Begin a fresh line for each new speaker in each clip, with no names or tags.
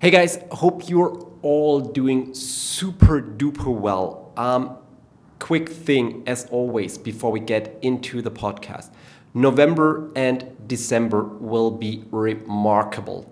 Hey guys, hope you're all doing super duper well. Um, quick thing, as always, before we get into the podcast November and December will be remarkable.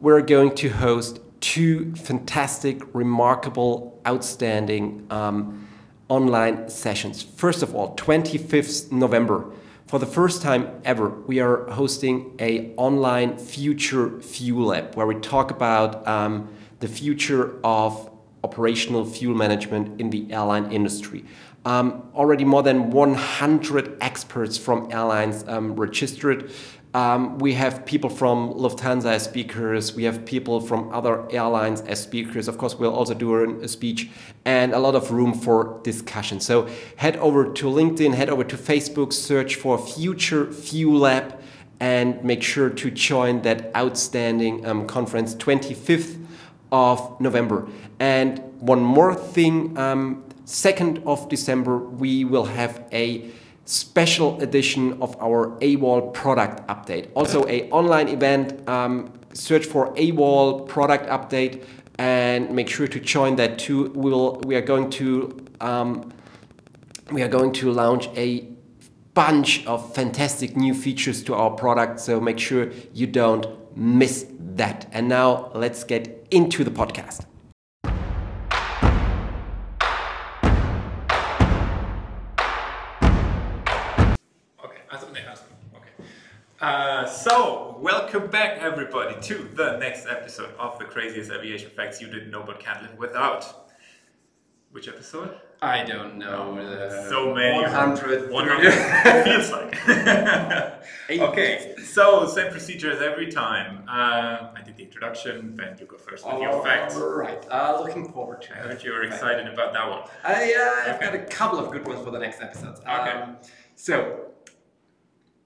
We're going to host two fantastic, remarkable, outstanding um, online sessions. First of all, 25th November, for the first time ever, we are hosting a online future fuel lab where we talk about um, the future of operational fuel management in the airline industry. Um, already more than 100 experts from airlines um, registered. Um, we have people from Lufthansa as speakers. We have people from other airlines as speakers. Of course, we'll also do an- a speech and a lot of room for discussion. So head over to LinkedIn, head over to Facebook, search for Future Fuel Lab, and make sure to join that outstanding um, conference 25th of November. And one more thing, um, 2nd of December, we will have a special edition of our AWOL product update. Also a online event, um, search for AWOL product update and make sure to join that too. We, will, we are going to um, we are going to launch a bunch of fantastic new features to our product, so make sure you don't miss that. And now let's get into the podcast.
Okay, I thought they asked me. Okay. Uh, so, welcome back, everybody, to the next episode of the craziest aviation facts you didn't know but can't live without. Which episode?
I don't know. uh, The
Oh, So many.
100.
100. it feels like. okay, so same procedure as every time. Uh, I did the introduction, then you go first with
Oh.
your facts.
All right. Uh, looking forward to
I
it.
heard you were excited about that one.
I, uh, I've
Okay.
got a couple of good ones for the next episodes.
Okay.
so,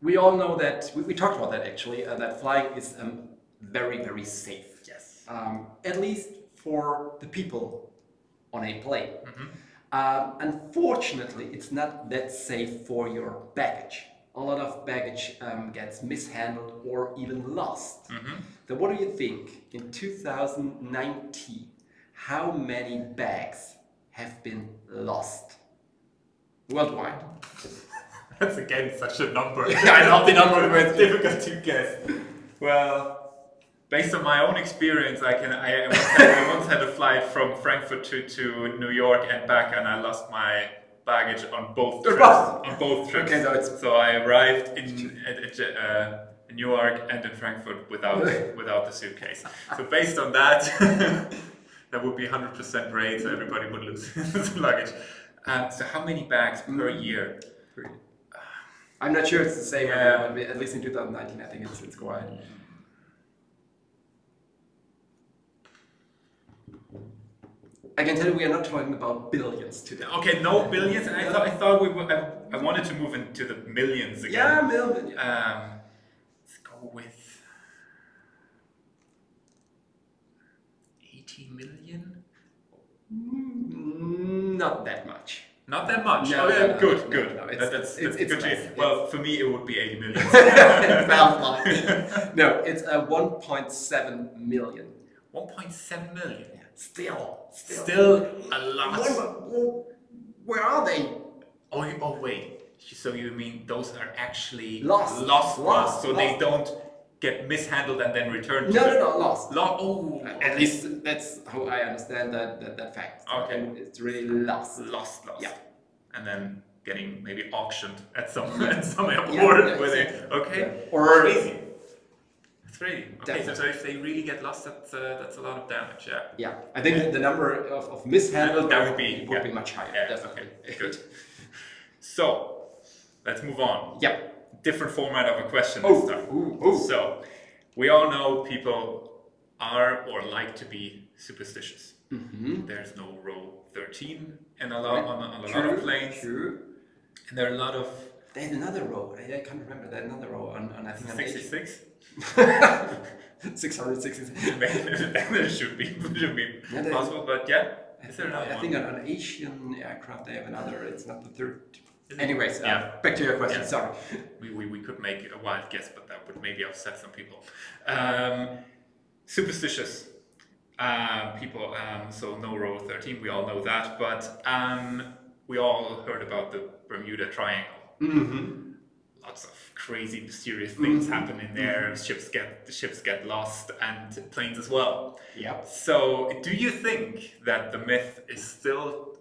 we all know that, we, we talked about that actually, uh, that flying is um, very, very safe.
Yes.
Um, at least for the people on a plane. Um, unfortunately, it's not that safe for your baggage. A lot of baggage um, gets mishandled or even lost. So, what do you think? In 2019, how many bags have been lost worldwide?
That's again such a number.
I love the number, but-
it's difficult to guess. Well, based on my own experience, I can. I, I, once, had, I once had a flight from Frankfurt to, to New York and back, and I lost my baggage on both
Oh,
trips.
wow.
On both trips.
Okay, so it's-
I arrived in at, at, uh, in Newark and in Frankfurt without without the suitcase. So based on that. That would be 100% rate, so everybody would lose his luggage. Uh, so, how many bags per
Mm.
year?
I'm not sure it's the same,
Yeah.
everyone, but at least in 2019, I think it's, it's quite. I can tell you we are not talking about billions today.
Okay, no billions. And I thought I thought we were. I, I wanted to move into the millions
Yeah,
again.
million. Yeah.
Um, let's go with eighty million.
Mm, Not that much.
Not that much.
No,
oh, yeah,
no, no,
good,
no,
good.
no,
That-
it's-
that's
it's-
that's
it's
good. to
nice.
hear.
It's-
Well, for me, it would be eighty million.
Sounds like it. no, it's a 1.7 million.
One point seven million.
Still, still,
Still a
Where,
lot.
where- where are they?
Oh, you, oh wait. So you mean those are actually
Lost,
lost,
lost,
so they
lost.
don't get mishandled and then returned?
No,
to
no, no, lost.
Lo- oh,
At least that's how I understand that that, that fact.
Okay.
And it's really lost.
lost, lost.
Yeah.
And then getting maybe auctioned at some at some airport
yeah,
where they
exactly.
okay
Yeah. Or-
crazy. Three. Okay, so,
Definitely.
so if they really get lost, that's uh, that's a lot of damage. Yeah.
Yeah, I think the number of, of mishandled
That would be-
would
yeah.
be much higher.
Yeah,
definitely.
okay, good. So let's move on.
yeah.
Different format of a question
Oh,
this time.
ooh, oh.
So we all know people are or like to be superstitious.
Mm-hmm.
There's no row thirteen in a lot on, a- on a lot
True,
of planes,
True.
and there are a lot of
There's another row. I, I can't remember. There's another row on, on I think on
sixty
eight-
six.
666.
there should be should be
Yeah, there-
possible, but yeah. Is there another
I
one?
think on an Asian aircraft they have another. It's not the third.
Is it?
Anyways, uh,
Yeah.
back to your question.
Yeah.
Sorry.
we, we, we could make a wild guess, but that would maybe upset some people. Um, superstitious. uh, people, um, so no Rule 13, we all know that, but um, we all heard about the Bermuda Triangle. Lots of crazy, mysterious things
Mm-hmm.
happen in there. Ships get the ships get lost, and planes as well.
Yep.
So, do you think that the myth is still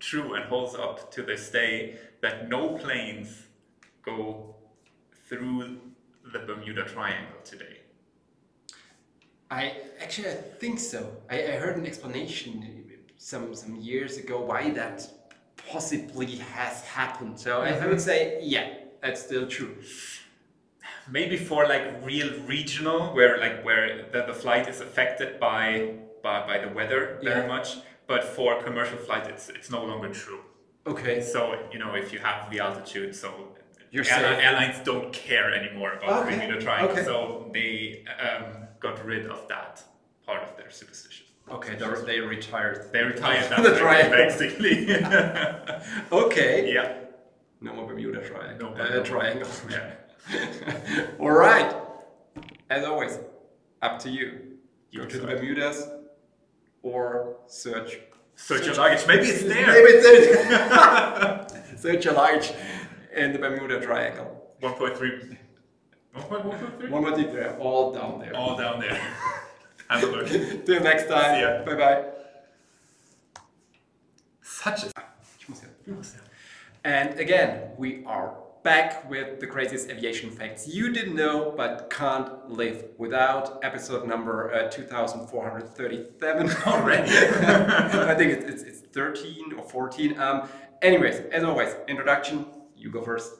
true and holds up to this day that no planes go through the Bermuda Triangle today?
I actually I think so. I, I heard an explanation some some years ago why that possibly has happened. So I-
Mm-hmm.
I would say yeah, that's still true.
Maybe for like real regional, where like where the, the flight is affected by by, by the weather very
Yeah.
much. But for commercial flight, it's it's no longer true.
Okay.
So you know if you have the altitude, so
You're
airli-
safe.
airlines don't care anymore about
Okay,
Bermuda Triangle.
okay.
So they um, got rid of that part of their superstition.
Okay, they're- they retired.
They retired that
The
fact,
triangle.
basically.
Okay.
yeah.
No more Bermuda triangle.
No more
uh,
Bermuda.
triangle.
Yeah.
All right. As always, up to you.
You
Go to the
decide.
Bermudas or search.
Search your luggage. Maybe it's there.
Maybe it's it. search a large in the Bermuda Triangle.
1.3. 1.1.3?
One more deep there, all down there.
All down there. Have a look.
Till next time.
See ya.
Bye bye.
Such a.
Ich muss jetzt. And again, we are back with the craziest aviation facts you didn't know but can't live without. Episode number uh, 2437 already. I think it's, it's, it's 13 or 14. Um, anyways, as always, introduction, you go first.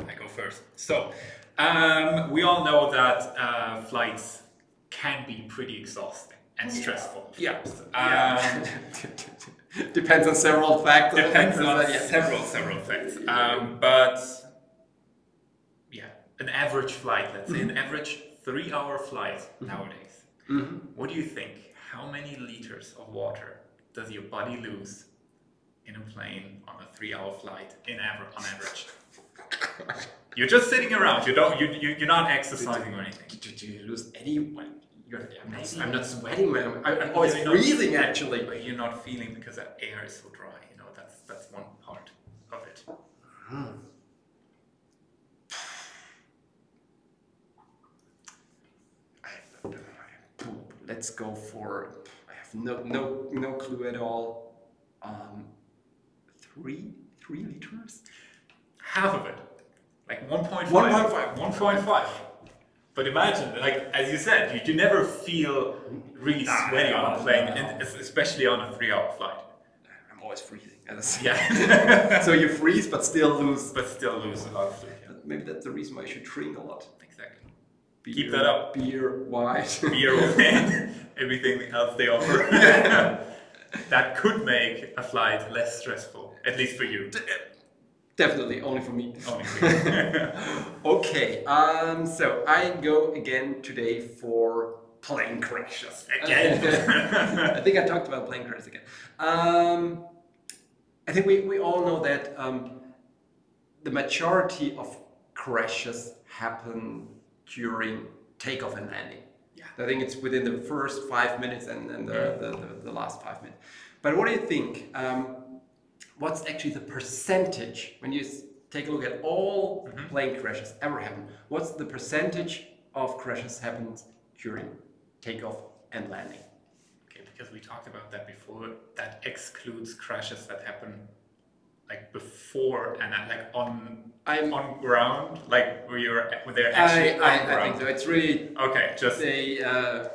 I go first. So, um, we all know that uh, flights can be pretty exhausting and stressful.
Yeah.
Um,
Depends on several factors.
depends on
Yeah.
several several things. Um, but yeah, an average flight, let's say
Mm-hmm.
an average three-hour flight nowadays. What do you think? How many liters of water does your body lose in a plane on a three-hour flight in aver- on average? you're just sitting around. You don't. You, you you're not exercising or anything.
Do, do you lose any? You're, I'm, not,
Maybe.
I'm not sweating, man. I, I'm always
Maybe not.
breathing, actually.
But you're not feeling because the air is so dry. You know that's that's one part of it.
Let's go for. I have no no no clue at all. Um, three three liters.
half of it, like 1.5.
1.5.
1.5. But imagine, like as you said, you, you never feel really sweaty on a plane, and es- especially on a three-hour flight.
I'm always freezing. as I say.
Yeah,
so you freeze but still lose.
but still lose a lot of fluid. Yeah.
Maybe that's the reason why I should drink a lot.
Exactly. Keep
Beer-
that up.
Beer, wine.
Beer and everything else they offer. that could make a flight less stressful, at least for you.
Definitely, only for me.
Only for you.
Okay, um, so I go again today for plane crashes.
Again.
I think I talked about plane crashes again. Um, I think we, we all know that um, the majority of crashes happen during takeoff and landing.
Yeah.
I think it's within the first five minutes and, and the, the, the, the last five minutes. But what do you think? Um, what's actually the percentage when you s- take a look at all plane crashes ever happen? What's the percentage of crashes happens during takeoff and landing?
Okay, because we talked about that before. That excludes crashes that happen like before and at, like on
I'm-
on ground, like where you're where they're
I,
actually on
I, I
ground.
think so. It's really
Okay, just
say uh,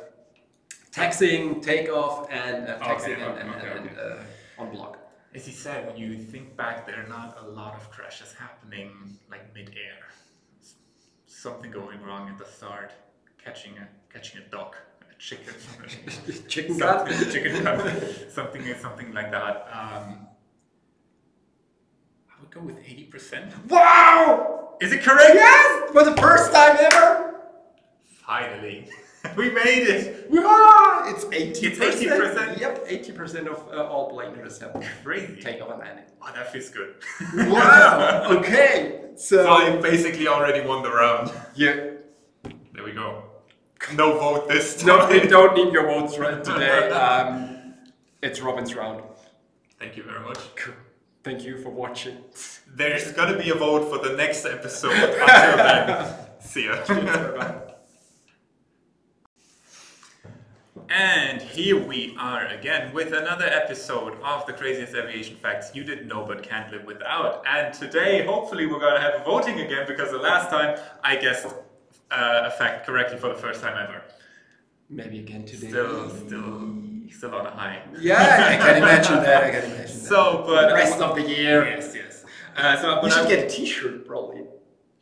taxing, takeoff, and uh, taxing
Okay,
and, and,
okay,
and,
okay.
uh, on block.
as you said, when you think back, there are not a lot of crashes happening like mid-air. S- Something going wrong at the start, catching a catching a dog, a chicken,
Chicken gut.
something, chicken cut, something something like that. Um, I would go with eighty percent.
Wow!
Is it correct?
Yes! For the first time ever!
Finally, we made it.
Wow! Ah! It's 80%.
It's 80%?
Yep, 80% of uh, all planers have
Crazy.
takeoff and landing.
Oh, that feels good.
okay!
so I basically already won the round.
yeah.
There we go. No vote this time.
No, you don't need your votes right today. Um, it's Robin's round.
Thank you very much.
Thank you for watching.
There's gonna be a vote for the next episode. Until then, see ya. and here we are again with another episode of the craziest aviation facts you didn't know but can't live without. And today, hopefully, we're gonna have voting again because the last time I guessed uh, a fact correctly for the first time ever.
Maybe again today.
Still, still, still on a high.
Yeah, I can imagine that. I can imagine that.
So, but
the rest of the year.
yes, yes. Uh, so,
You
but
should
I'm-
get a T-shirt, probably.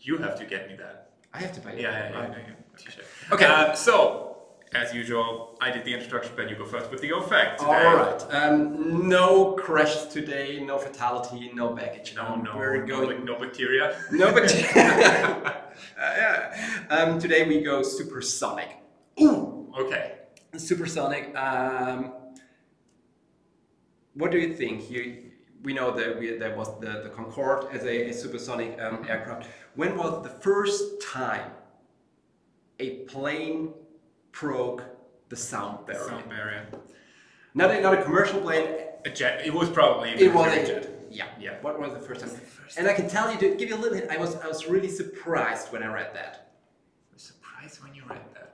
you have to get me that.
I have to buy it.
Yeah, yeah, yeah.
Right.
yeah, yeah. T-shirt.
Okay.
Um, so, as usual, I did the introduction, but you go first with the O fact today.
All right. Um, no crash today. No fatality. No baggage.
No,
Um,
no,
We're
no,
going.
no bacteria.
No baggage. uh, yeah. um, today we go supersonic. Ooh,
Okay.
supersonic. Um, what do you think? You, we know that we, there was the, the Concorde as a, a supersonic um, aircraft. When was the first time a plane broke the sound barrier?
Sound barrier.
Not, a, not a commercial plane,
A jet. It was probably.
It was
a
a
jet.
Yeah,
Yeah.
What was the first time? and I can tell you to give you a little hint. I was I was really surprised when I read that.
Surprised when you read that.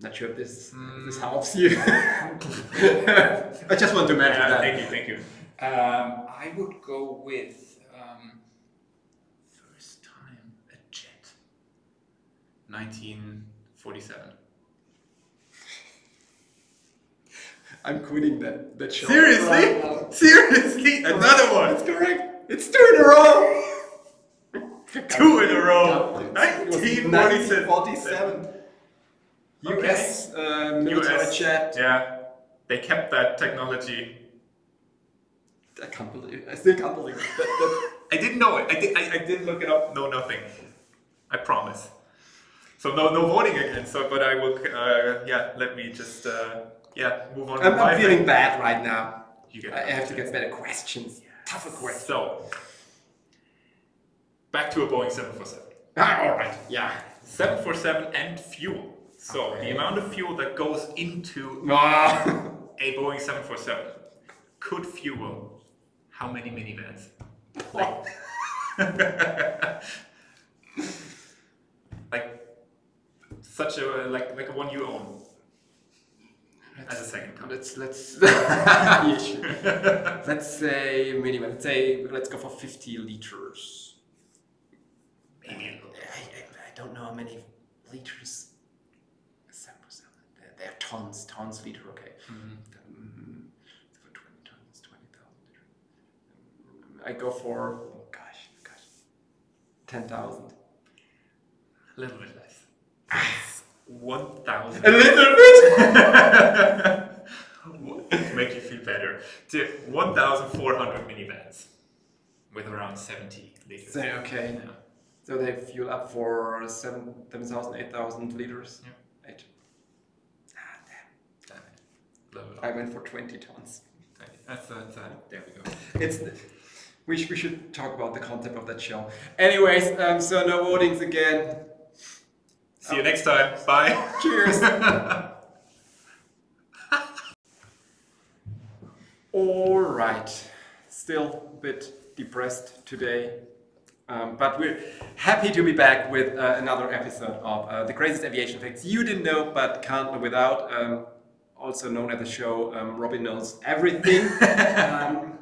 Not sure if this if
Hmm.
this helps you. I just want to mention
Yeah,
that.
thank you, thank you.
Um, I would go with um,
First time a jet. 1947.
I'm quitting that that show. Right now.
Seriously? Seriously? Another one.
It's correct. It's two in a row.
Two in a row.
It was
1947.
1947. U.S. Um, military
US.
jet.
Yeah. They kept that technology.
I can't believe. I still can't believe it. That, that,
I didn't know it. I did. I, I did look it up. No, nothing. I promise. So no, no voting again. So, but I will. Uh, yeah, let me just. Uh, yeah, move on.
I'm,
with my
I'm feeling
thing.
bad right now.
You get
I
it.
have to get better questions, tougher questions.
So, back to a Boeing 747.
Ah, all right. Yeah.
747 and fuel. So the amount of fuel that goes into
No.
a Boeing 747 could fuel how many minivans? like such a like like one you own as a second car.
let's let's Yeah, sure. let's say minimum. Let's say let's go for fifty liters.
Maybe a little.
I, I, I don't know how many liters. Seven percent. There- There are tons, tons liter. Okay. Um, for twenty tons, twenty thousand liter. Um, I go for oh gosh, gosh, ten thousand.
A little bit less. One thousand.
A little bit.
Make you feel better. To 1,400 minivans with around 70 liters.
So, okay.
Yeah.
So they fuel up for seven, seven thousand, eight thousand liters. Eight. Ah, damn.
Damn it. Level
I
up.
went for twenty tons.
That's, that's, that. there we go.
It's. We, sh- we should talk about the concept of that show. Anyways, um, so no votings again.
See you next time. Bye.
Cheers. All right. Still a bit depressed today, um, but we're happy to be back with uh, another episode of uh, The Craziest Aviation Facts You Didn't Know But Can't Know Without, um, also known as the show um, Robin Knows Everything. um,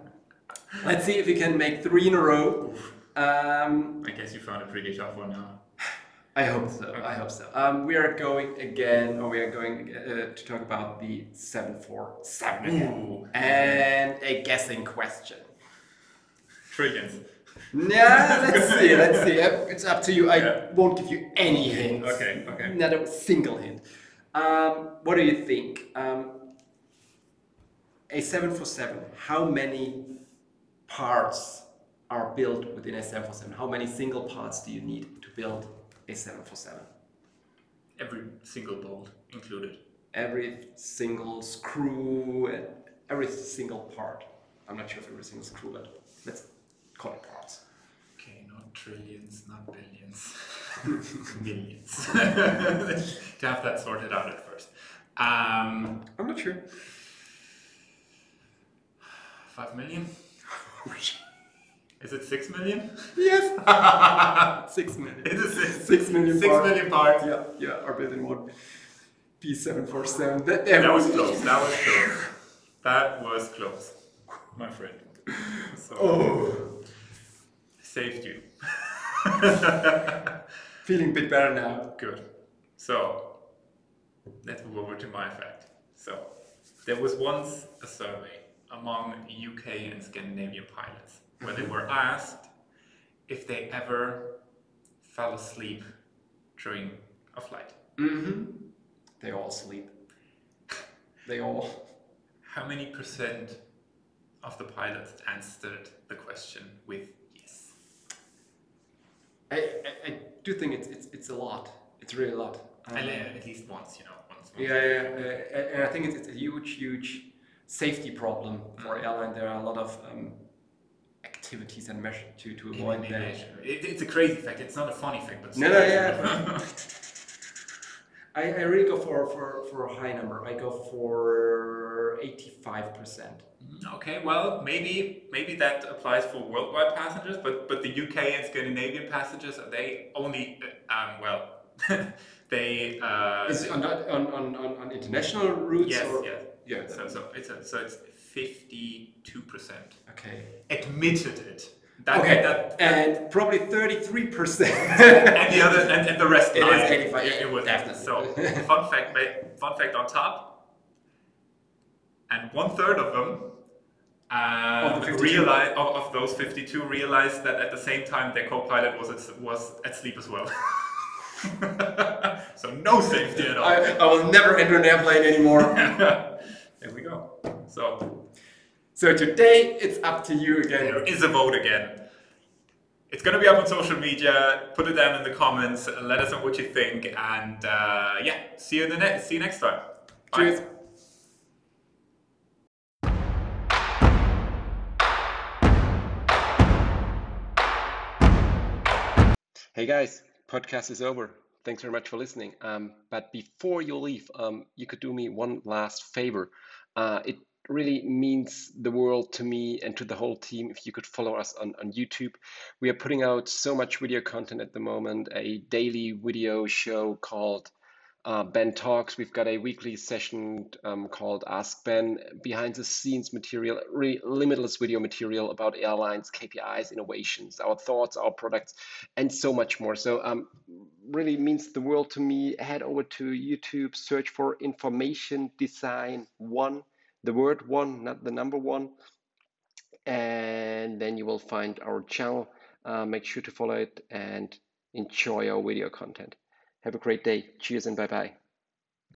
let's see if we can make three in a row. Um,
I guess you found a pretty tough one now.
I hope so. I hope so. Um, we are going again, or we are going uh, to talk about the 747 again.
Ooh.
And a guessing question.
Trillions.
Yeah, let's see. Let's see. Uh, It's up to you. I
Yeah.
won't give you any hints.
Okay, okay.
Not a single hint. Um, what do you think? Um, a 747, how many parts are built within a 747? How many single parts do you need to build a 747?
Every single bolt included.
every single screw and every single part. I'm not sure if every single screw, but let's call it parts.
Okay, not trillions, not billions, millions. to have that sorted out at first. Um,
I'm not sure.
five million? Is it six million?
yes. Six million.
It is six,
Six million
Six
parts.
million parts.
Yeah, yeah, are built in one. P747. That, that
That was close. That was close. That was close, my friend. So,
Oh,
saved you.
feeling a bit better now.
Good. So let's move over to my fact. So there was once a survey among UK and Scandinavian pilots where they were asked if they ever fell asleep during a flight.
They all sleep. They all.
How many percent of the pilots answered the question with yes?
I, I, I do think it's, it's it's a lot. It's really a lot. Um,
At- At least once, you know, once. once.
Yeah, yeah, uh, and- and I think it's, it's a huge, huge safety problem for airline. There are a lot of um, activities and measures to, to
Maybe-
avoid
maybe I
that.
should- it- it's a crazy fact. It's not a funny fact, but
No, no, yeah. I, I really go for, for, for a high number. I go for 85%.
Okay, well, maybe maybe that applies for worldwide passengers, but but the UK and Scandinavian passengers they only uh, um, well they uh,
Is it on, that- on, on, on, on international routes?
yes
or?
yes
Yeah,
so so it's a, so it's fifty two percent
Okay.
admitted it that,
okay,
that,
and probably 33%.
and the other and, and the rest
It is
lied.
85,
it, it was
definitely.
so fun fact ma- fun fact on top and one third of them
Of the
um,
52.
realize of, of those 52 realized that at the same time their co-pilot was at, was at sleep as well so no safety at all
I, I will never enter an airplane anymore.
there we go so
so today it's up to you again.
there is a vote again it's going to be up on social media put it down in the comments let us know what you think and uh, yeah see you in the ne- see you next time Bye.
Cheers.
Hey guys, podcast is over. Thanks very much for listening. Um, but before you leave, um, you could do me one last favor. Uh, it really means the world to me and to the whole team if you could follow us on, on YouTube. We are putting out so much video content at the moment, a daily video show called uh, Ben Talks. We've got a weekly session um, called Ask Ben, behind the scenes material, really limitless video material about airlines, KPIs, innovations, our thoughts, our products, and so much more. So, um, really means the world to me. Head over to YouTube, search for Information Design One, the word one, not the number one and then you will find our channel. Uh, make sure to follow it and enjoy our video content. Have a great day. Cheers and bye bye.